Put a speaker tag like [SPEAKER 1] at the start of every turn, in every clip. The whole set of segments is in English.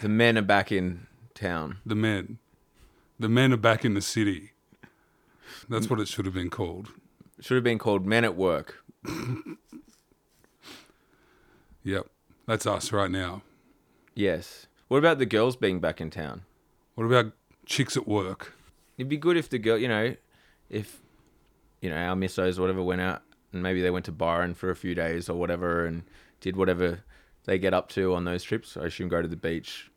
[SPEAKER 1] The men are back in town.
[SPEAKER 2] The men. The men are back in the city. That's what it should have been called.
[SPEAKER 1] Should have been called Men at Work.
[SPEAKER 2] Yep. That's us right now.
[SPEAKER 1] Yes. What about the girls being back in town?
[SPEAKER 2] What about chicks at work?
[SPEAKER 1] It'd be good if the girl, you know, if you know our missos or whatever went out and maybe they went to Byron for a few days or whatever and did whatever they get up to on those trips. I assume go to the beach,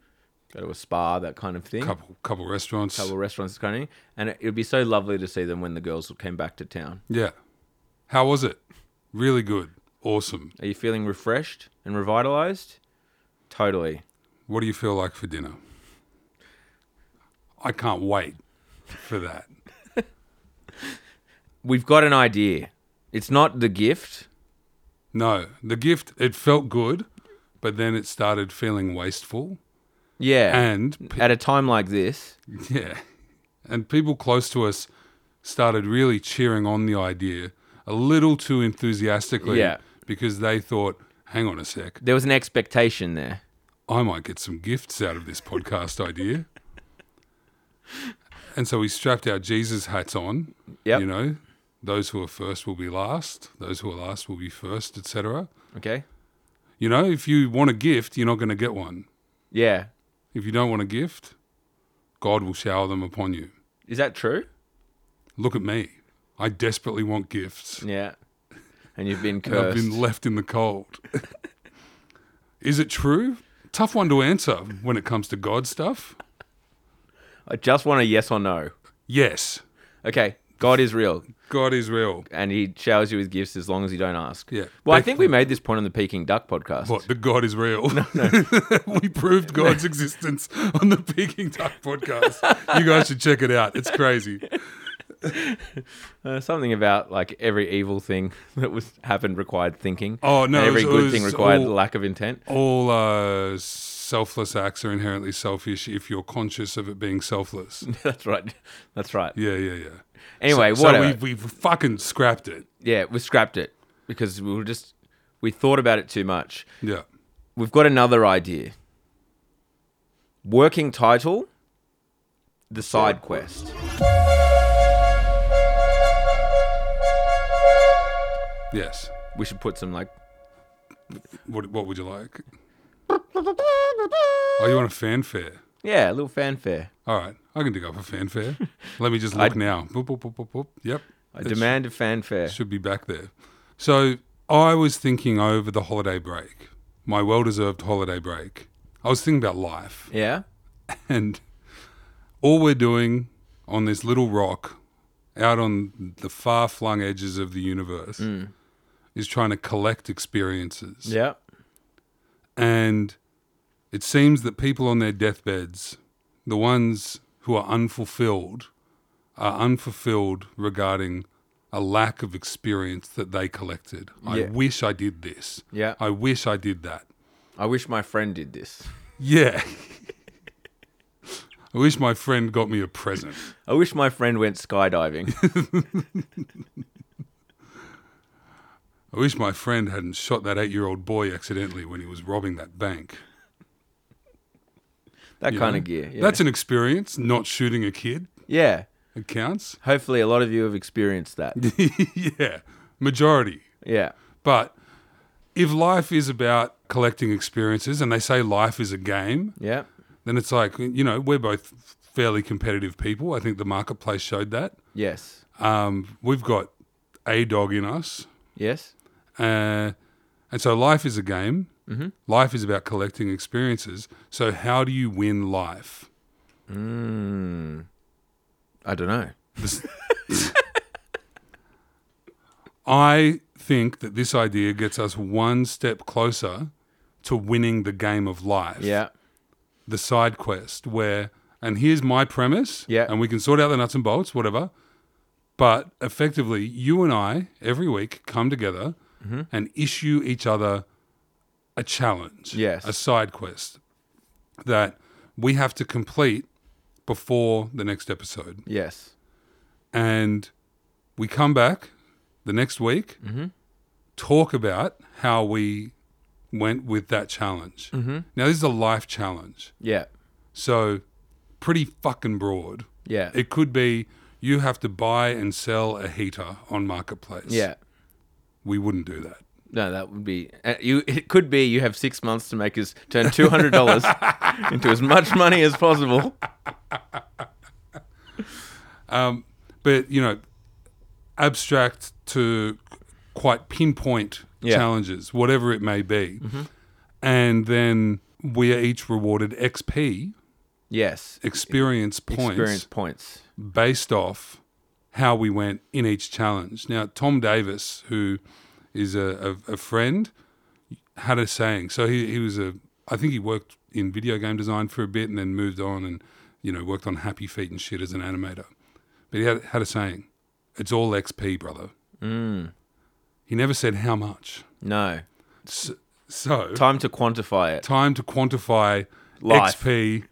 [SPEAKER 1] go to a spa, that kind of thing.
[SPEAKER 2] Couple couple restaurants.
[SPEAKER 1] Hmm? Couple restaurants, that kind of thing. And it would be so lovely to see them when the girls came back to town.
[SPEAKER 2] Yeah. How was it? Really good. Awesome.
[SPEAKER 1] Are you feeling refreshed and revitalized? Totally.
[SPEAKER 2] What do you feel like for dinner? I can't wait for that.
[SPEAKER 1] We've got an idea. It's not the gift.
[SPEAKER 2] No, the gift, it felt good, but then it started feeling wasteful.
[SPEAKER 1] Yeah.
[SPEAKER 2] And pe-
[SPEAKER 1] At a time like this,
[SPEAKER 2] yeah, and people close to us started really cheering on the idea a little too enthusiastically
[SPEAKER 1] Yeah.
[SPEAKER 2] because they thought, hang on a sec,
[SPEAKER 1] there was an expectation there.
[SPEAKER 2] I might get some gifts out of this podcast idea. And so we strapped our Jesus hats on.
[SPEAKER 1] Yep.
[SPEAKER 2] You know, those who are first will be last, those who are last will be first, etc.
[SPEAKER 1] Okay.
[SPEAKER 2] You know, if you want a gift, you're not going to get one.
[SPEAKER 1] Yeah.
[SPEAKER 2] If you don't want a gift, God will shower them upon you.
[SPEAKER 1] Is that true?
[SPEAKER 2] Look at me. I desperately want gifts.
[SPEAKER 1] Yeah. And you've been
[SPEAKER 2] And I've
[SPEAKER 1] cursed.
[SPEAKER 2] been left in the cold. Is it true? Tough one to answer when it comes to God stuff.
[SPEAKER 1] I just want a yes or no.
[SPEAKER 2] Yes,
[SPEAKER 1] Okay. God is real
[SPEAKER 2] God is real.
[SPEAKER 1] and he showers you with gifts as long as you don't ask.
[SPEAKER 2] Yeah.
[SPEAKER 1] Well, I think we made this point on the Peking Duck podcast.
[SPEAKER 2] What? The God is real. we proved God's existence on the Peking Duck podcast. You guys should check it out. It's crazy.
[SPEAKER 1] Uh, something about like every evil thing that was happened required thinking.
[SPEAKER 2] Oh, no,
[SPEAKER 1] And every
[SPEAKER 2] it was-
[SPEAKER 1] good
[SPEAKER 2] it was
[SPEAKER 1] thing required
[SPEAKER 2] all-
[SPEAKER 1] lack of intent.
[SPEAKER 2] All uh, selfless acts are inherently selfish if you're conscious of it being selfless.
[SPEAKER 1] That's right. That's right.
[SPEAKER 2] Yeah, yeah, yeah.
[SPEAKER 1] Anyway,
[SPEAKER 2] so,
[SPEAKER 1] whatever.
[SPEAKER 2] So we, we fucking scrapped it.
[SPEAKER 1] yeah, we scrapped it because we were just we thought about it too much.
[SPEAKER 2] Yeah.
[SPEAKER 1] We've got another idea. Working title: The Side Quest.
[SPEAKER 2] Yes.
[SPEAKER 1] We should put some like
[SPEAKER 2] What, what would you like? Oh, you want a fanfare?
[SPEAKER 1] yeah, a little fanfare.
[SPEAKER 2] All right. I can dig up a fanfare. Let me just look now. Boop, boop, boop, boop, boop. Yep.
[SPEAKER 1] I
[SPEAKER 2] It
[SPEAKER 1] demand a fanfare.
[SPEAKER 2] should be back there. So I was thinking over the holiday break, my well deserved holiday break. I was thinking about life
[SPEAKER 1] Yeah.
[SPEAKER 2] and all we're doing on this little rock out on the far flung edges of the universe
[SPEAKER 1] Mm.
[SPEAKER 2] is trying to collect experiences.
[SPEAKER 1] Yeah.
[SPEAKER 2] And it seems that people on their deathbeds, the ones who are unfulfilled, are unfulfilled regarding a lack of experience that they collected. I
[SPEAKER 1] Yeah.
[SPEAKER 2] wish I did this.
[SPEAKER 1] Yeah.
[SPEAKER 2] I wish I did that.
[SPEAKER 1] I wish my friend did this.
[SPEAKER 2] Yeah. I wish my friend got me a present.
[SPEAKER 1] I wish my friend went skydiving.
[SPEAKER 2] I wish my friend hadn't shot that eight year old boy accidentally when he was robbing that bank.
[SPEAKER 1] That
[SPEAKER 2] you
[SPEAKER 1] kind
[SPEAKER 2] know?
[SPEAKER 1] of gear. Yeah.
[SPEAKER 2] That's an experience, not shooting a kid.
[SPEAKER 1] yeah.
[SPEAKER 2] It counts.
[SPEAKER 1] Hopefully, a lot of you have experienced that.
[SPEAKER 2] yeah. Majority.
[SPEAKER 1] yeah.
[SPEAKER 2] But if life is about collecting experiences and they say life is a game,
[SPEAKER 1] Yeah.
[SPEAKER 2] then it's like, you know, we're both fairly competitive people. I think the marketplace showed that.
[SPEAKER 1] Yes.
[SPEAKER 2] Um, we've got a dog in us.
[SPEAKER 1] Yes.
[SPEAKER 2] Uh, and so life is a game. Life is about collecting experiences. So, how do you win life?
[SPEAKER 1] I don't know.
[SPEAKER 2] I think that this idea gets us one step closer to winning the game of life.
[SPEAKER 1] Yeah.
[SPEAKER 2] the side quest where and here's my premise
[SPEAKER 1] Yeah.
[SPEAKER 2] and we can sort out the nuts and bolts whatever but effectively you and i every week come together
[SPEAKER 1] Mm-hmm.
[SPEAKER 2] and issue each other a challenge
[SPEAKER 1] Yes.
[SPEAKER 2] a side quest that we have to complete before the next episode
[SPEAKER 1] Yes.
[SPEAKER 2] and we
[SPEAKER 1] Mm-hmm.
[SPEAKER 2] come back the next week talk about how we went with that challenge. Mm-hmm. Now, this is a life challenge.
[SPEAKER 1] Yeah.
[SPEAKER 2] So, pretty fucking broad.
[SPEAKER 1] Yeah.
[SPEAKER 2] It could be you have to buy and sell a heater on Marketplace.
[SPEAKER 1] yeah.
[SPEAKER 2] We wouldn't do that.
[SPEAKER 1] No, that would be uh, you. It could be you have six months to make us turn two hundred dollars into as much money as possible.
[SPEAKER 2] But, you know, abstract to quite pinpoint
[SPEAKER 1] Yeah. Mm-hmm.
[SPEAKER 2] challenges, whatever it may be. And then we are each rewarded XP,
[SPEAKER 1] Yes,
[SPEAKER 2] experience points,
[SPEAKER 1] experience points.
[SPEAKER 2] based off how we went in each challenge. Now, Tom Davis, who is a, a, a friend, had a saying. So he, he was a, I think he worked in video game design for a bit and then moved on and, you know, worked on Happy Feet and shit as an animator. But he had, had a saying it's all XP, brother. He never said how much.
[SPEAKER 1] No
[SPEAKER 2] So, so
[SPEAKER 1] time to quantify it.
[SPEAKER 2] time to quantify
[SPEAKER 1] Life.
[SPEAKER 2] XP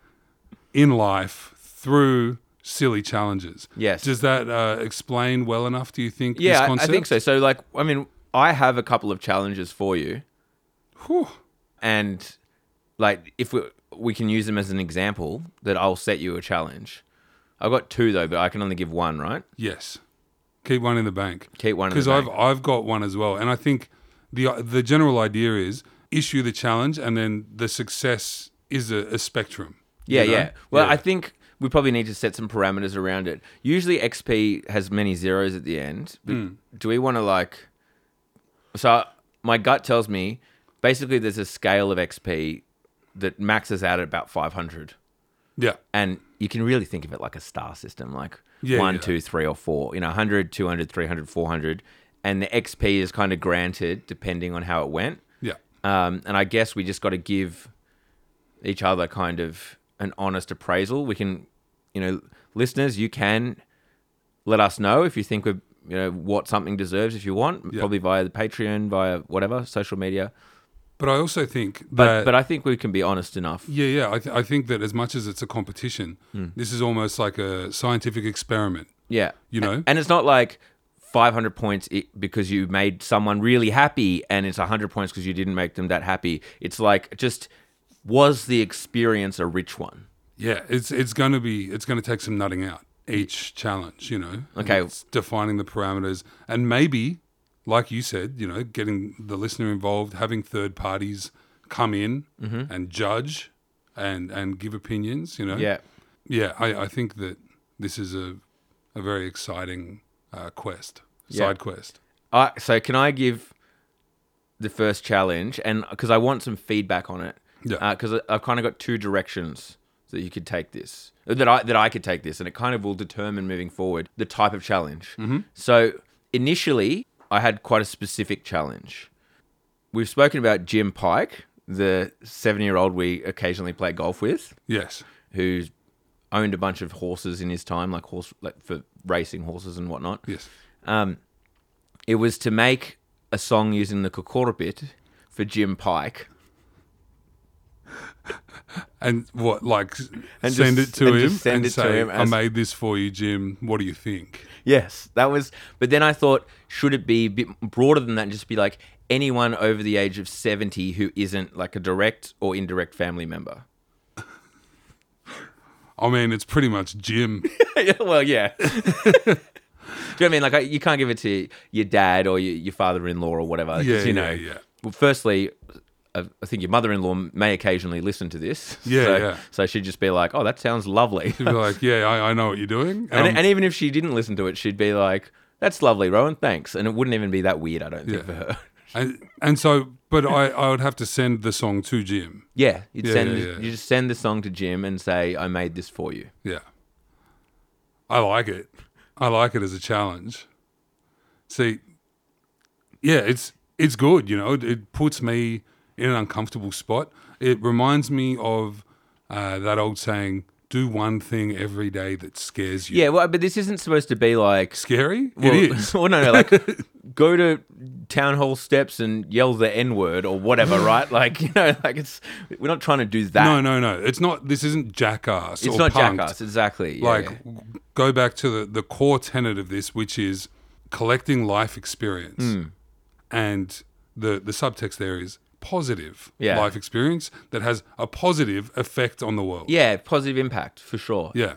[SPEAKER 2] in life through silly challenges.
[SPEAKER 1] Yes.
[SPEAKER 2] Does that uh, explain well enough? Do you think?
[SPEAKER 1] Yeah,
[SPEAKER 2] this
[SPEAKER 1] I- I
[SPEAKER 2] concept?
[SPEAKER 1] think so. So, like, I mean, I have a couple of challenges for you,
[SPEAKER 2] Whew.
[SPEAKER 1] and like, if we we can use them as an example, that I'll set you a challenge. I've got two though, but I can only give one. Right?
[SPEAKER 2] Yes. Keep one in the bank.
[SPEAKER 1] Keep one in the
[SPEAKER 2] Because I've
[SPEAKER 1] bank.
[SPEAKER 2] I've got one as well, and I think the the general idea is issue the challenge, and then the success is a, a spectrum.
[SPEAKER 1] Yeah,
[SPEAKER 2] you know?
[SPEAKER 1] yeah. Well,
[SPEAKER 2] Yeah.
[SPEAKER 1] I think we probably need to set some parameters around it. Usually, XP has many zeros at the end. But
[SPEAKER 2] Hmm.
[SPEAKER 1] Do we want to like? So my gut tells me, basically, there's a scale of XP that maxes out at about 500,
[SPEAKER 2] yeah.
[SPEAKER 1] and you can really think of it like a star system, like
[SPEAKER 2] Yeah,
[SPEAKER 1] one,
[SPEAKER 2] yeah.
[SPEAKER 1] two, three, or four. You know, 100, 200, 300, 400, and the XP is kind of granted depending on how it went.
[SPEAKER 2] Yeah.
[SPEAKER 1] Um, and I guess we just got to give each other kind of an honest appraisal. We can, you know, listeners, you can let us know if you think we're, you know, what something deserves if you want,
[SPEAKER 2] Yeah.
[SPEAKER 1] probably via the Patreon, via whatever, social media.
[SPEAKER 2] But I also think
[SPEAKER 1] But,
[SPEAKER 2] that
[SPEAKER 1] but I think we can be honest enough.
[SPEAKER 2] Yeah, yeah. I, th- I think that as much as it's a competition,
[SPEAKER 1] Hmm.
[SPEAKER 2] this is almost like a scientific experiment.
[SPEAKER 1] Yeah.
[SPEAKER 2] You know?
[SPEAKER 1] And it's not like 500 points i- because you made someone really happy and it's 100 points because you didn't make them that happy. It's like just was the experience a rich one?
[SPEAKER 2] Yeah, it's it's going to be it's going to take some nutting out each challenge. You know, And
[SPEAKER 1] Okay.
[SPEAKER 2] it's defining the parameters and maybe, like you said, you know, getting the listener involved, having third parties come in
[SPEAKER 1] Mm-hmm.
[SPEAKER 2] and judge and and give opinions. You know,
[SPEAKER 1] Yeah.
[SPEAKER 2] yeah. I, I think that this is a a very exciting uh, quest,
[SPEAKER 1] Yeah.
[SPEAKER 2] side quest.
[SPEAKER 1] I so can I give the first challenge and because I want some feedback on it.
[SPEAKER 2] Yeah.
[SPEAKER 1] Because I've kind of got two directions that you could take this uh, that I that I could take this, and it kind of will determine moving forward the type of challenge. So initially, I had quite a specific challenge. We've spoken about Jim Pike, the seven-year-old we occasionally play golf with
[SPEAKER 2] Yes.
[SPEAKER 1] who's owned a bunch of horses in his time, like horse, like for racing horses and whatnot.
[SPEAKER 2] Yes.
[SPEAKER 1] Um, it was to make a song using the Kokora bit for Jim Pike
[SPEAKER 2] And what, like, s-
[SPEAKER 1] And
[SPEAKER 2] send
[SPEAKER 1] just-
[SPEAKER 2] it to
[SPEAKER 1] and
[SPEAKER 2] him
[SPEAKER 1] just send
[SPEAKER 2] and
[SPEAKER 1] it to
[SPEAKER 2] say,
[SPEAKER 1] him
[SPEAKER 2] "I
[SPEAKER 1] as-
[SPEAKER 2] made this for you, Jim. What do you think?"
[SPEAKER 1] Yes, that was. But then I thought, should it be a bit broader than that and just be like anyone over the age of 70 who isn't like a direct or indirect family member?
[SPEAKER 2] I mean, it's pretty much Jim.
[SPEAKER 1] Yeah, well, yeah. Do you know what I mean? Like, I, you can't give it to your dad or your, your father-in-law or whatever. 'cause,
[SPEAKER 2] Yeah,
[SPEAKER 1] you know,
[SPEAKER 2] yeah, yeah.
[SPEAKER 1] Well, firstly, I, I think your mother-in-law may occasionally listen to this.
[SPEAKER 2] Yeah,
[SPEAKER 1] so,
[SPEAKER 2] yeah.
[SPEAKER 1] So she'd just be like, "Oh, that sounds lovely,"
[SPEAKER 2] He'd be like, "Yeah, I, I know what you're doing."
[SPEAKER 1] and,
[SPEAKER 2] Um,
[SPEAKER 1] and even if she didn't listen to it, she'd be like, "That's lovely, Rowan. Thanks." And it wouldn't even be that weird, I don't think,
[SPEAKER 2] Yeah.
[SPEAKER 1] for her.
[SPEAKER 2] and and so, but I, I would have to send the song to Jim.
[SPEAKER 1] Yeah, you'd
[SPEAKER 2] Yeah,
[SPEAKER 1] send
[SPEAKER 2] yeah,
[SPEAKER 1] the-
[SPEAKER 2] yeah.
[SPEAKER 1] you just send the song to Jim and say, "I made this for you."
[SPEAKER 2] Yeah, I like it. I like it as a challenge. See, yeah, it's it's good. You know, it, it puts me in an uncomfortable spot. It reminds me of uh, that old saying: "Do one thing every day that scares you."
[SPEAKER 1] Yeah, well, but this isn't supposed to be like
[SPEAKER 2] scary.
[SPEAKER 1] Well,
[SPEAKER 2] it is.
[SPEAKER 1] well, no, no, like go to town hall steps and yell the N word or whatever, right? Like, you know, like it's we're not trying to do that.
[SPEAKER 2] No, no, no. It's not. This isn't jackass.
[SPEAKER 1] it's
[SPEAKER 2] or
[SPEAKER 1] not
[SPEAKER 2] punked.
[SPEAKER 1] jackass, exactly. Yeah,
[SPEAKER 2] like
[SPEAKER 1] yeah.
[SPEAKER 2] w- go back to the, the core tenet of this which is
[SPEAKER 1] Hmm.
[SPEAKER 2] collecting life experience and the the subtext there is positive
[SPEAKER 1] Yeah.
[SPEAKER 2] life experience that has a positive effect on the world.
[SPEAKER 1] Yeah, positive impact for sure.
[SPEAKER 2] Yeah,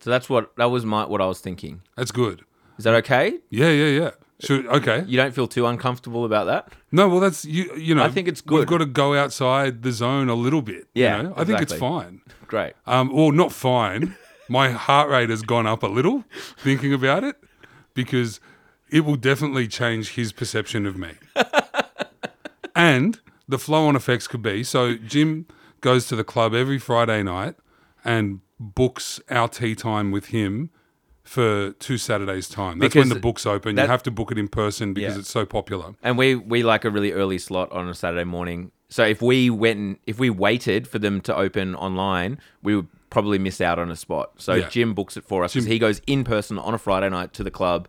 [SPEAKER 1] So that's what that was my what I was thinking.
[SPEAKER 2] that's good.
[SPEAKER 1] Is that okay?
[SPEAKER 2] Yeah, yeah, yeah. Should,
[SPEAKER 1] Uh,
[SPEAKER 2] okay.
[SPEAKER 1] You don't feel too uncomfortable about that?
[SPEAKER 2] No, well, that's you. You know,
[SPEAKER 1] I think it's
[SPEAKER 2] We've
[SPEAKER 1] good.
[SPEAKER 2] got to go outside the zone a little bit. you
[SPEAKER 1] Yeah,
[SPEAKER 2] know? I think it's
[SPEAKER 1] exactly.
[SPEAKER 2] fine.
[SPEAKER 1] Great.
[SPEAKER 2] Um, well, not fine. My heart rate has gone up a little thinking about it because it will definitely change his perception of me. and the flow on effects could be so Jim goes to the club every Friday night and books our tea time with him for two Saturdays' time. That's when
[SPEAKER 1] Because
[SPEAKER 2] the book's open.
[SPEAKER 1] that-
[SPEAKER 2] you have to book it in person because
[SPEAKER 1] Yeah.
[SPEAKER 2] it's so popular.
[SPEAKER 1] And we we like a really early slot on a Saturday morning. So if we went and if we waited for them to open online, we would probably miss out on a spot. So
[SPEAKER 2] Yeah.
[SPEAKER 1] Jim books it for us because he goes in person on a Friday night to the club,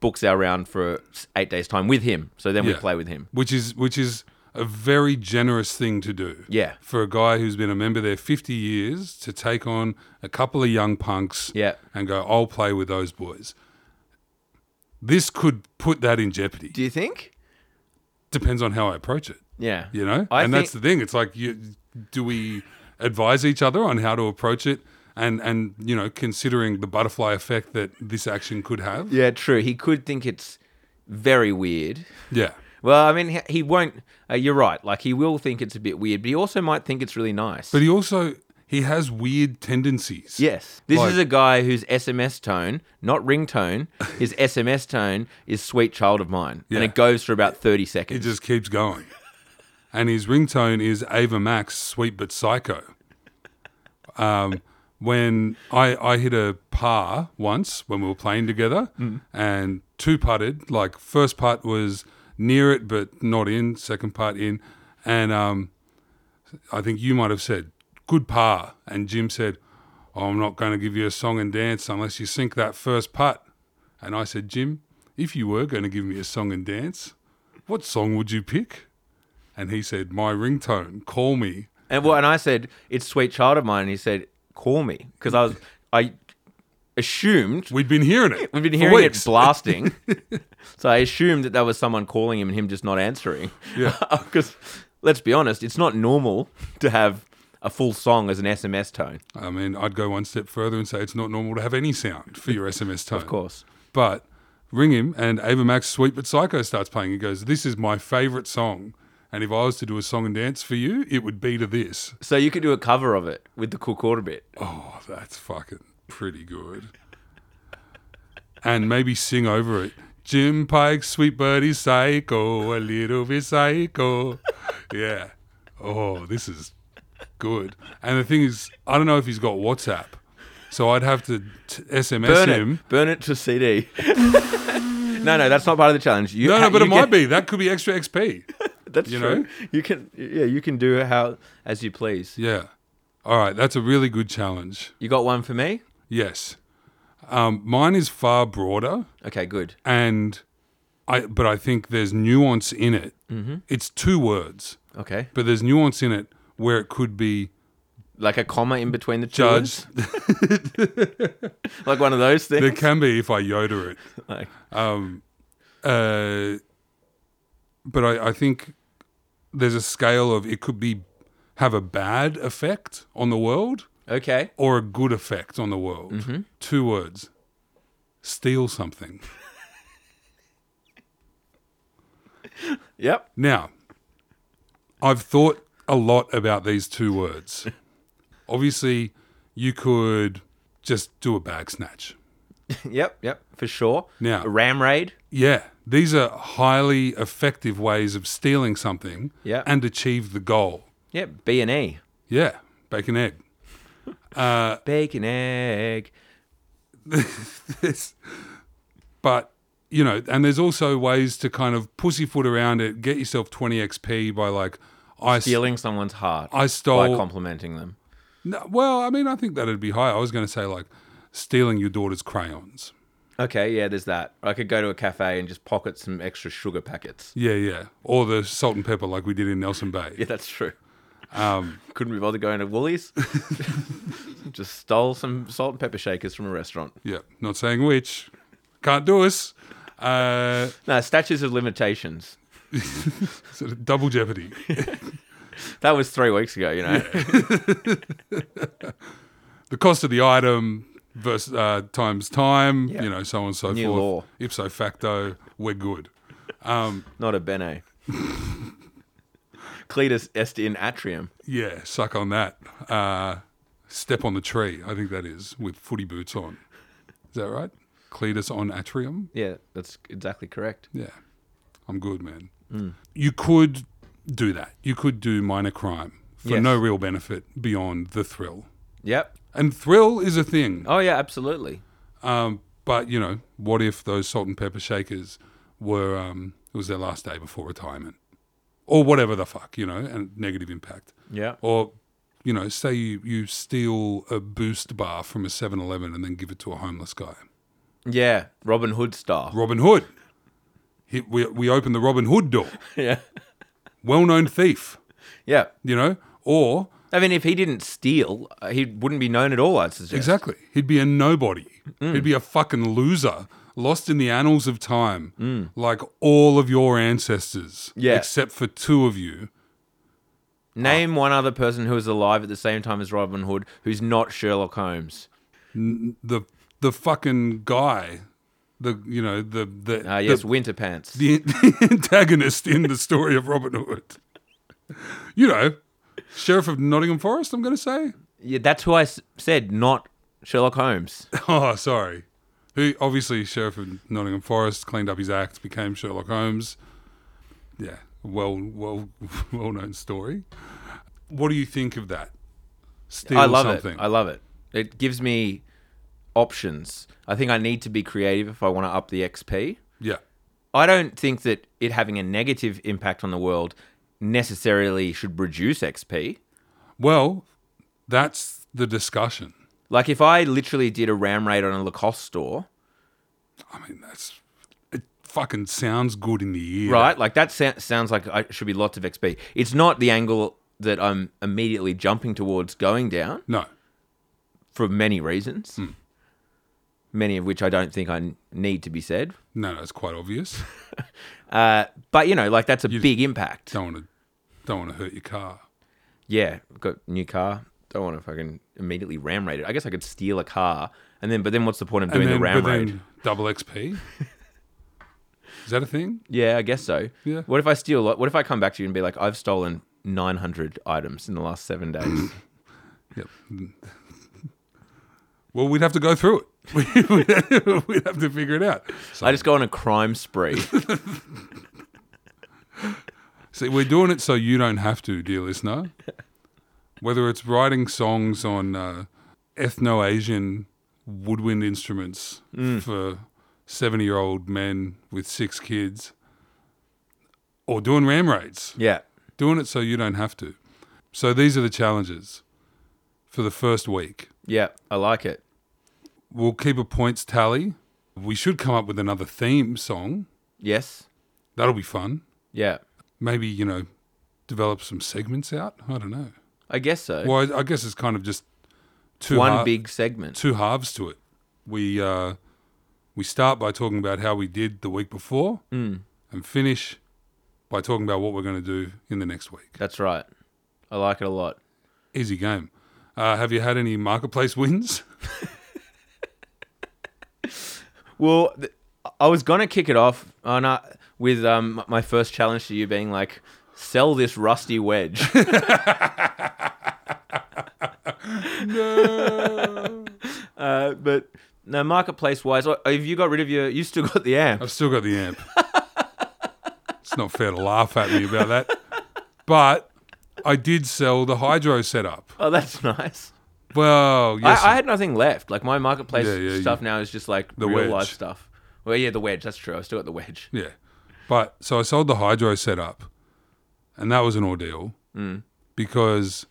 [SPEAKER 1] books our round for eight days time with him. So then we
[SPEAKER 2] Yeah.
[SPEAKER 1] play with him.
[SPEAKER 2] which is which is a very generous thing to do.
[SPEAKER 1] Yeah.
[SPEAKER 2] for a guy who's been a member there 50 years to take on a couple of young punks.
[SPEAKER 1] Yeah.
[SPEAKER 2] and go, I'll play with those boys. This could put that in jeopardy.
[SPEAKER 1] Do you think?
[SPEAKER 2] Depends on how I approach it.
[SPEAKER 1] Yeah.
[SPEAKER 2] You know,
[SPEAKER 1] I
[SPEAKER 2] and that's the
[SPEAKER 1] think-
[SPEAKER 2] thing. It's like, you, do we advise each other on how to approach it? And and you know, considering the butterfly effect that this action could have.
[SPEAKER 1] Yeah, true. He could think it's very weird.
[SPEAKER 2] Yeah.
[SPEAKER 1] Well, I mean, he- he won't. Uh, you're right. Like, he will think it's a bit weird, but he also might think it's really nice.
[SPEAKER 2] But he also he has weird tendencies.
[SPEAKER 1] yes, this
[SPEAKER 2] Like-
[SPEAKER 1] is a guy whose SMS tone, not ringtone, his SMS tone is "Sweet Child of Mine,"
[SPEAKER 2] Yeah.
[SPEAKER 1] and it goes for about thirty
[SPEAKER 2] It
[SPEAKER 1] seconds.
[SPEAKER 2] just keeps going. And his ringtone is Ava Max, Sweet But Psycho. Um, when I, I hit a par once when we were playing together and two putted, like first putt was near it but not in, second putt in. And um, I think you might have said, good par. And Jim said, oh, I'm not going to give you a song and dance unless you sink that first putt. And I said, Jim, if you were going to give me a song and dance, what song would you pick? And he said, My ringtone, call me.
[SPEAKER 1] and well, and I said, "It's "Sweet Child of Mine," and he said, "Call me," because I was, I assumed
[SPEAKER 2] We'd been hearing it.
[SPEAKER 1] we've been
[SPEAKER 2] for
[SPEAKER 1] hearing it
[SPEAKER 2] weeks.
[SPEAKER 1] blasting, so I assumed that that was someone calling him and him just not answering.
[SPEAKER 2] Yeah.
[SPEAKER 1] because let's be honest, it's not normal to have a full song as an SMS tone.
[SPEAKER 2] I mean, I'd go one step further and say it's not normal to have any sound for your SMS tone.
[SPEAKER 1] Of course.
[SPEAKER 2] But ring him, and Ava Max Sweet But Psycho starts playing. He goes, This is my favorite song. And if I was to do a song and dance for you, it would be to this.
[SPEAKER 1] So you could do a cover of it with the cool quarter bit.
[SPEAKER 2] Oh, that's fucking pretty good. And maybe sing over it. Jim Pike, sweet birdie, psycho, a little bit psycho. Yeah. Oh, this is good. And the thing is, I don't know if he's got WhatsApp, so I'd have to t- SMS
[SPEAKER 1] Burn
[SPEAKER 2] him.
[SPEAKER 1] it. Burn it to CD. no, no, that's not part of the challenge. You,
[SPEAKER 2] No, no, but
[SPEAKER 1] you
[SPEAKER 2] it might
[SPEAKER 1] can-
[SPEAKER 2] be. That could be extra XP.
[SPEAKER 1] That's
[SPEAKER 2] you
[SPEAKER 1] true.
[SPEAKER 2] know?
[SPEAKER 1] You can, yeah, you can do it how as you please.
[SPEAKER 2] Yeah. All right, that's a really good challenge.
[SPEAKER 1] You got one for me?
[SPEAKER 2] Yes. Um, mine is far broader.
[SPEAKER 1] Okay, good.
[SPEAKER 2] and I but I think there's nuance in it. Mm-hmm. It's two words,
[SPEAKER 1] Okay,
[SPEAKER 2] but there's nuance in it where it could be
[SPEAKER 1] like a comma in between the two
[SPEAKER 2] judged.
[SPEAKER 1] words? like one of those
[SPEAKER 2] there
[SPEAKER 1] things.
[SPEAKER 2] can be if I yoda it.
[SPEAKER 1] Like,
[SPEAKER 2] Um, uh, but I, I think there's a scale of it could be have a bad effect on the world
[SPEAKER 1] okay,
[SPEAKER 2] or a good effect on the world. Two words. Steal something.
[SPEAKER 1] yep.
[SPEAKER 2] Now, I've thought a lot about these two words. Obviously, you could just do a bag snatch.
[SPEAKER 1] Yep, yep, for sure.
[SPEAKER 2] Now-
[SPEAKER 1] a ram raid.
[SPEAKER 2] Yeah, these are highly effective ways of stealing something
[SPEAKER 1] Yeah.
[SPEAKER 2] and achieve the goal.
[SPEAKER 1] Yep, B and E,
[SPEAKER 2] Yeah, bacon egg. Uh,
[SPEAKER 1] bacon egg.
[SPEAKER 2] This- but, you know, and there's also ways to kind of pussyfoot around it, get yourself 20 XP by like, I, s-
[SPEAKER 1] Stealing someone's heart
[SPEAKER 2] I
[SPEAKER 1] by
[SPEAKER 2] stole.
[SPEAKER 1] complimenting them.
[SPEAKER 2] No, well, I mean, I think that'd be high. I was going to say like stealing your daughter's crayons.
[SPEAKER 1] Okay, yeah, there's that. I could go to a cafe and just pocket some extra sugar packets.
[SPEAKER 2] Yeah, yeah. Or the salt and pepper like we did in Nelson Bay.
[SPEAKER 1] Yeah, that's true. Um, Couldn't be bothered going to Woolies. just stole some salt and pepper shakers from a restaurant.
[SPEAKER 2] Yeah, not saying which. Can't do us. Uh,
[SPEAKER 1] No, statutes of limitations.
[SPEAKER 2] sort of double jeopardy.
[SPEAKER 1] That was three weeks ago, you know.
[SPEAKER 2] the cost of the item versus uh, times time,
[SPEAKER 1] Yeah.
[SPEAKER 2] you know, so on and so
[SPEAKER 1] New
[SPEAKER 2] forth.
[SPEAKER 1] law.
[SPEAKER 2] Ipso facto, we're good.
[SPEAKER 1] Not a Bene. Cletus est in atrium.
[SPEAKER 2] Yeah, suck on that. Uh, step on the tree, I think that is, with footy boots on. Is that right? Cletus on atrium?
[SPEAKER 1] Yeah, that's exactly correct.
[SPEAKER 2] Yeah. I'm good, man. You could do that. You could do minor crime for
[SPEAKER 1] Yes.
[SPEAKER 2] no real benefit beyond the thrill.
[SPEAKER 1] Yep.
[SPEAKER 2] And thrill is a thing.
[SPEAKER 1] Oh yeah, absolutely.
[SPEAKER 2] Um, but you know, what if those salt and pepper shakers were um, it was their last day before retirement, or whatever the fuck you know, and negative impact,
[SPEAKER 1] Yeah.
[SPEAKER 2] or you know, say you you steal a Boost bar from a 7-Eleven and then give it to a homeless guy,
[SPEAKER 1] Yeah, Robin Hood star.
[SPEAKER 2] Robin Hood. He, we we open the Robin Hood door,
[SPEAKER 1] yeah.
[SPEAKER 2] well known thief,
[SPEAKER 1] Yeah.
[SPEAKER 2] you know, or
[SPEAKER 1] I mean, if he didn't steal, uh, he wouldn't be known at all. I'd suggest.
[SPEAKER 2] Exactly. He'd be a nobody.
[SPEAKER 1] Mm.
[SPEAKER 2] He'd be a fucking loser, lost in the annals of time, like all of your ancestors,
[SPEAKER 1] Mm. Yeah.
[SPEAKER 2] except for two of you.
[SPEAKER 1] Name one other person who is alive at the same time as Robin Hood who's not Sherlock Holmes.
[SPEAKER 2] The the fucking guy, the you know the the
[SPEAKER 1] Ah, yes,
[SPEAKER 2] the,
[SPEAKER 1] Winterpants.
[SPEAKER 2] the, the antagonist in the story of Robin Hood. You know, sheriff of Nottingham Forest. I'm going to say.
[SPEAKER 1] yeah, that's who I s- said, not Sherlock Holmes.
[SPEAKER 2] Oh, sorry. Who obviously Sheriff of Nottingham Forest cleaned up his act, became Sherlock Holmes. Yeah, well, well, well known story. What do you think of that? Steal
[SPEAKER 1] I love
[SPEAKER 2] something.
[SPEAKER 1] it. I love it. It gives me options. I think I need to be creative if I want to up the XP.
[SPEAKER 2] yeah,
[SPEAKER 1] I don't think that it having a negative impact on the world necessarily should reduce XP.
[SPEAKER 2] well, that's the discussion.
[SPEAKER 1] Like if I literally did a ram raid on a Lacoste store,
[SPEAKER 2] I mean, that's it. Fucking sounds good in the ear,
[SPEAKER 1] right? Like that sa- sounds like I should be lots of XP. It's not the angle that I'm immediately jumping towards going down
[SPEAKER 2] No,
[SPEAKER 1] for many reasons, many of which I don't think I n- need to be said.
[SPEAKER 2] no, no, it's quite obvious.
[SPEAKER 1] Uh, but you know, like that's a big impact.
[SPEAKER 2] Don't want to, don't want to hurt your car.
[SPEAKER 1] Yeah, got a new car. Don't want to fucking immediately ram raid it. I guess I could steal a car and then, but then what's the point of doing the ram
[SPEAKER 2] but
[SPEAKER 1] raid?
[SPEAKER 2] then double XP. Is that a thing?
[SPEAKER 1] Yeah, I guess so.
[SPEAKER 2] Yeah.
[SPEAKER 1] What if I steal? What if I come back to you and be like, I've stolen 900 items in the last seven days?
[SPEAKER 2] Yep. Well, we'd have to go through it. we'd have to figure it out. So,
[SPEAKER 1] I just go on a crime spree.
[SPEAKER 2] see, we're doing it so you don't have to, dear listener. Whether it's writing songs on uh, ethno Asian woodwind instruments for 70 year old men with six kids, or doing ram raids.
[SPEAKER 1] yeah.
[SPEAKER 2] Doing it so you don't have to. So these are the challenges for the first week.
[SPEAKER 1] Yeah, I like it.
[SPEAKER 2] We'll keep a points tally. We should come up with another theme song.
[SPEAKER 1] Yes.
[SPEAKER 2] That'll be fun.
[SPEAKER 1] Yeah.
[SPEAKER 2] Maybe, you know, develop some segments out. I don't know.
[SPEAKER 1] I guess so.
[SPEAKER 2] Well, I, I guess it's kind of just two
[SPEAKER 1] Uh, One
[SPEAKER 2] ha-
[SPEAKER 1] big segment.
[SPEAKER 2] two halves to it. We uh, we start by talking about how we did the week before
[SPEAKER 1] Mm.
[SPEAKER 2] and finish by talking about what we're going to do in the next week.
[SPEAKER 1] That's right. I like it a lot.
[SPEAKER 2] Easy game. Uh, have you had any marketplace wins?
[SPEAKER 1] Well, th- I was gonna kick it off on uh, with um, my first challenge to you being like, sell this rusty wedge. Uh, but no, marketplace wise, have you got rid of your? You still got the amp.
[SPEAKER 2] I've still got the amp. it's not fair to laugh at me about that. But I did sell the hydro setup.
[SPEAKER 1] Oh, that's nice.
[SPEAKER 2] Well, yes,
[SPEAKER 1] I, I had nothing left. Like my marketplace
[SPEAKER 2] Yeah, yeah,
[SPEAKER 1] stuff
[SPEAKER 2] you-
[SPEAKER 1] now is just like
[SPEAKER 2] The
[SPEAKER 1] real
[SPEAKER 2] wedge.
[SPEAKER 1] life stuff. Well, yeah, the wedge. That's true. I still got the wedge.
[SPEAKER 2] Yeah. But so I sold the hydro setup, and that was an ordeal
[SPEAKER 1] Mm.
[SPEAKER 2] because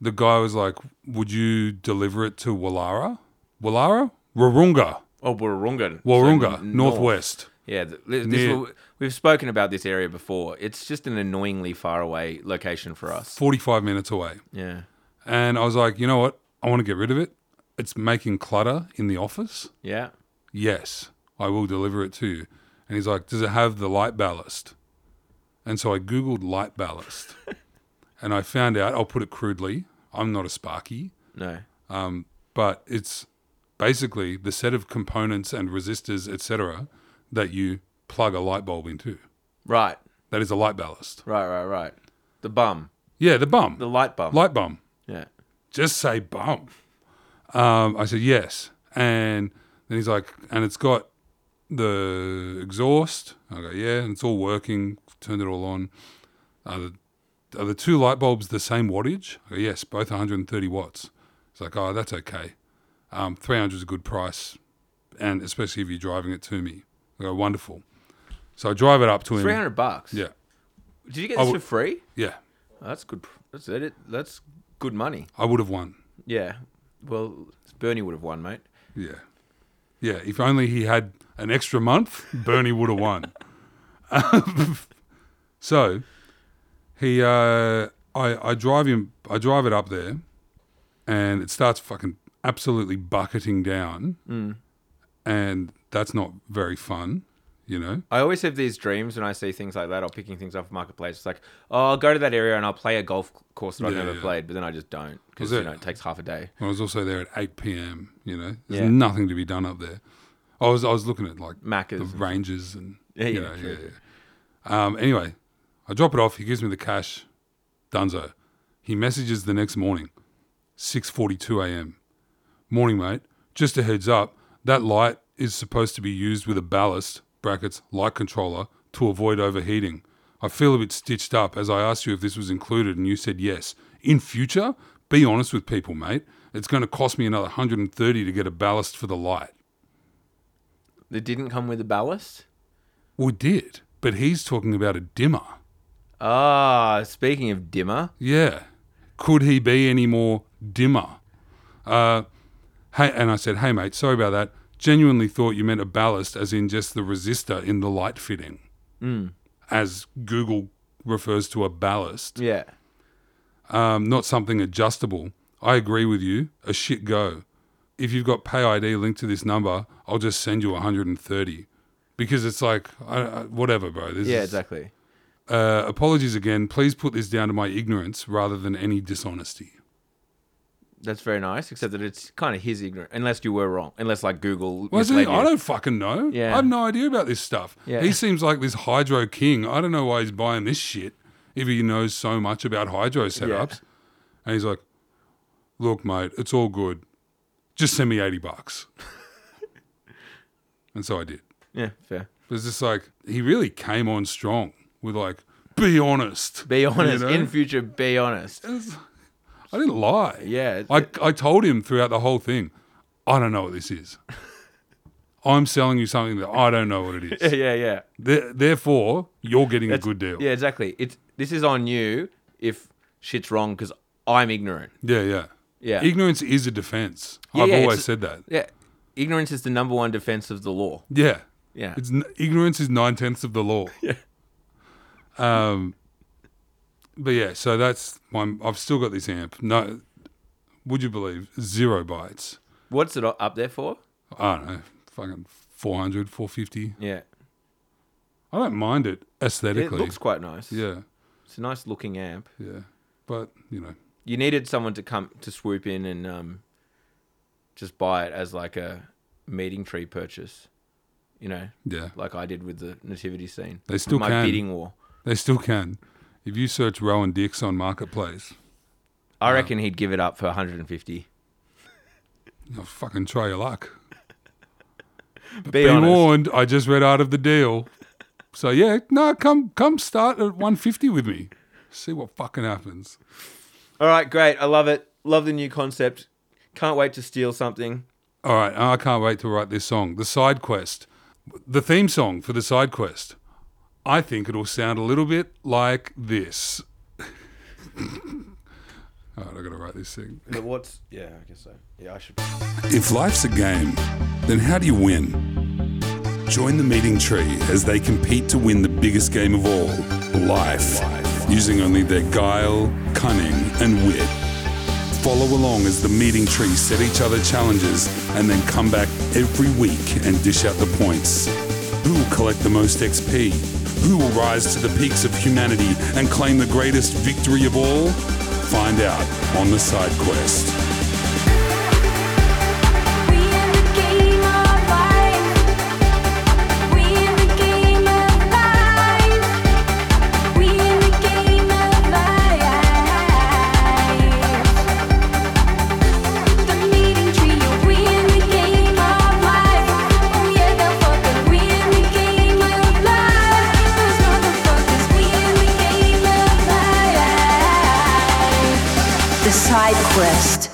[SPEAKER 2] the guy was like, Would you deliver it to Wallara? Wallara? Warunga.
[SPEAKER 1] Oh, Warunga.
[SPEAKER 2] Warunga,
[SPEAKER 1] So, n-
[SPEAKER 2] northwest.
[SPEAKER 1] Yeah, th- th- this
[SPEAKER 2] Near-
[SPEAKER 1] will- we've spoken about this area before. It's just an annoyingly far away location for us.
[SPEAKER 2] 45 minutes away.
[SPEAKER 1] Yeah.
[SPEAKER 2] And I was like, You know what? I want to get rid of it. It's making clutter in the office.
[SPEAKER 1] Yeah.
[SPEAKER 2] Yes, I will deliver it to you. And he's like, Does it have the light ballast? And so I Googled light ballast and I found out, I'll put it crudely, I'm not a Sparky,
[SPEAKER 1] No.
[SPEAKER 2] um, but it's basically the set of components and resistors, etc., that you plug a light bulb into.
[SPEAKER 1] Right.
[SPEAKER 2] That is a light ballast.
[SPEAKER 1] Right. Right. Right. The bum.
[SPEAKER 2] Yeah, the bum.
[SPEAKER 1] The light bum.
[SPEAKER 2] light bum.
[SPEAKER 1] yeah.
[SPEAKER 2] just say bum. Um, I said, yes. And then he's like, and it's got the exhaust. I go, yeah, and it's all working. Turned it all on. Are the, are the two light bulbs the same wattage? I go, yes, both 130 watts. It's like, oh, that's okay. Um, 300 is a good price. And especially if you're driving it to me. I go, wonderful. So I drive it up to him.
[SPEAKER 1] Three hundred bucks.
[SPEAKER 2] Yeah.
[SPEAKER 1] Did you get
[SPEAKER 2] I
[SPEAKER 1] this
[SPEAKER 2] would-
[SPEAKER 1] for free?
[SPEAKER 2] Yeah.
[SPEAKER 1] Oh, that's good. pr- That's that it. That's good money.
[SPEAKER 2] I would have won.
[SPEAKER 1] Yeah. Well, Bernie would have won, mate.
[SPEAKER 2] Yeah. Yeah. If only he had an extra month, Bernie would have won. Um, so he, uh, I, I drive him, I drive it up there and it starts fucking absolutely bucketing down. And that's not very fun, you know?
[SPEAKER 1] I always have these dreams when I see things like that or picking things up marketplace. It's like, oh, I'll go to that area and I'll play a golf course that I've
[SPEAKER 2] Yeah,
[SPEAKER 1] never
[SPEAKER 2] yeah.
[SPEAKER 1] played, but then I just don't because
[SPEAKER 2] Is it-
[SPEAKER 1] you know it takes half a day.
[SPEAKER 2] I was also there at 8 p.m., you know? There's
[SPEAKER 1] Yeah.
[SPEAKER 2] nothing to be done up there. I was, I was looking at like
[SPEAKER 1] Macca's.
[SPEAKER 2] the Rangers and
[SPEAKER 1] Yeah,
[SPEAKER 2] you
[SPEAKER 1] yeah,
[SPEAKER 2] know,
[SPEAKER 1] true.
[SPEAKER 2] yeah, yeah. Um, anyway, I drop it off. He gives me the cash. Dunzo. He messages the next morning, six forty-two a.m. Morning, mate. Just a heads up. That light is supposed to be used with a ballast (brackets light controller) to avoid overheating. I feel a bit stitched up as I asked you if this was included, and you said yes. In future, be honest with people, mate. It's going to cost me another 130 to get a ballast for the light.
[SPEAKER 1] It didn't come with a ballast.
[SPEAKER 2] Well, it did, but he's talking about a dimmer.
[SPEAKER 1] Ah, speaking of dimmer,
[SPEAKER 2] Yeah. Could he be any more dimmer? Uh, hey, and I said, hey, mate, sorry about that. Genuinely thought you meant a ballast, as in just the resistor in the light fitting,
[SPEAKER 1] Hmm.
[SPEAKER 2] as Google refers to a ballast,
[SPEAKER 1] yeah.
[SPEAKER 2] um, not something adjustable. I agree with you. A shit go. If you've got Pay ID linked to this number, I'll just send you 130 because it's like, I, I, whatever, bro. This
[SPEAKER 1] Yeah,
[SPEAKER 2] is,
[SPEAKER 1] exactly.
[SPEAKER 2] uh, apologies again. Please put this down to my ignorance rather than any dishonesty.
[SPEAKER 1] That's very nice, except that it's kind of his ignorance. Unless you were wrong, unless like Google.
[SPEAKER 2] Well, that's the
[SPEAKER 1] misled
[SPEAKER 2] thing, I
[SPEAKER 1] you.
[SPEAKER 2] don't fucking know.
[SPEAKER 1] Yeah.
[SPEAKER 2] I have no idea about this stuff.
[SPEAKER 1] Yeah.
[SPEAKER 2] He seems like this hydro king. I don't know why he's buying this shit if he knows so much about hydro setups. And he's like, look, mate, it's all good. Just send me 80 bucks. and so I did.
[SPEAKER 1] Yeah, fair.
[SPEAKER 2] It was just like, he really came on strong with like, be honest.
[SPEAKER 1] Be honest.
[SPEAKER 2] know?
[SPEAKER 1] In future, be honest.
[SPEAKER 2] It's- I didn't lie.
[SPEAKER 1] Yeah. it-
[SPEAKER 2] I, I told him throughout the whole thing, I don't know what this is. I'm selling you something that I don't know what it
[SPEAKER 1] yeah,
[SPEAKER 2] is.
[SPEAKER 1] yeah, yeah.
[SPEAKER 2] There- Therefore, you're getting a good deal.
[SPEAKER 1] Yeah, exactly. It's this is on you if shit's wrong because I'm ignorant.
[SPEAKER 2] yeah, yeah.
[SPEAKER 1] Yeah.
[SPEAKER 2] Ignorance is a defense.
[SPEAKER 1] Yeah,
[SPEAKER 2] I've
[SPEAKER 1] yeah,
[SPEAKER 2] always
[SPEAKER 1] it's-
[SPEAKER 2] said that.
[SPEAKER 1] Yeah. Ignorance is the number one defense of the law.
[SPEAKER 2] Yeah.
[SPEAKER 1] Yeah.
[SPEAKER 2] It's n- ignorance is nine tenths of the law.
[SPEAKER 1] Yeah.
[SPEAKER 2] Um. But yeah, so that's my. I've still got this amp. No, would you believe zero bytes?
[SPEAKER 1] What's it up there for?
[SPEAKER 2] I don't know, fucking 400, 450.
[SPEAKER 1] Yeah.
[SPEAKER 2] I don't mind it
[SPEAKER 1] It
[SPEAKER 2] aesthetically.
[SPEAKER 1] looks quite nice.
[SPEAKER 2] yeah.
[SPEAKER 1] It's a nice looking amp.
[SPEAKER 2] Yeah. But, you know,
[SPEAKER 1] You needed someone to come to swoop in and um, just buy it as like a meeting tree purchase. You know,
[SPEAKER 2] yeah.
[SPEAKER 1] like I did with the nativity scene.
[SPEAKER 2] They still
[SPEAKER 1] my
[SPEAKER 2] can.
[SPEAKER 1] bidding war.
[SPEAKER 2] They still can. If you search Rowan Dix on Marketplace,
[SPEAKER 1] I reckon he'd give it up for 150.
[SPEAKER 2] you'll fucking try your luck.
[SPEAKER 1] Be
[SPEAKER 2] Be
[SPEAKER 1] honest.
[SPEAKER 2] warned, I just read out of the deal. So yeah, no, come come start at 150 with me. See what fucking happens.
[SPEAKER 1] All right, great. I love it. Love the new concept. Can't wait to steal something.
[SPEAKER 2] All right, I can't wait to write this song. The side quest. The theme song for the side quest. I think it'll sound a little bit like this. All right, I gotta write this thing.
[SPEAKER 1] But what's yeah? I guess so. Yeah, I should.
[SPEAKER 2] If life's a game, then how do you win? Join the meeting tree as they compete to win the biggest game of all life, using only their guile, cunning, and wit. Follow along as the meeting tree set each other challenges and then come back every week and dish out the points. Who will collect the most XP? Who will rise to the peaks of humanity and claim the greatest victory of all? Find out on the side quest.
[SPEAKER 3] We in the game of life. We in the game of life. We in the game of life. The meeting trio. We in the game of life. Oh yeah, the fuckers. We in the game of life. Those motherfuckers. We in the game of life.
[SPEAKER 4] The Side Quest.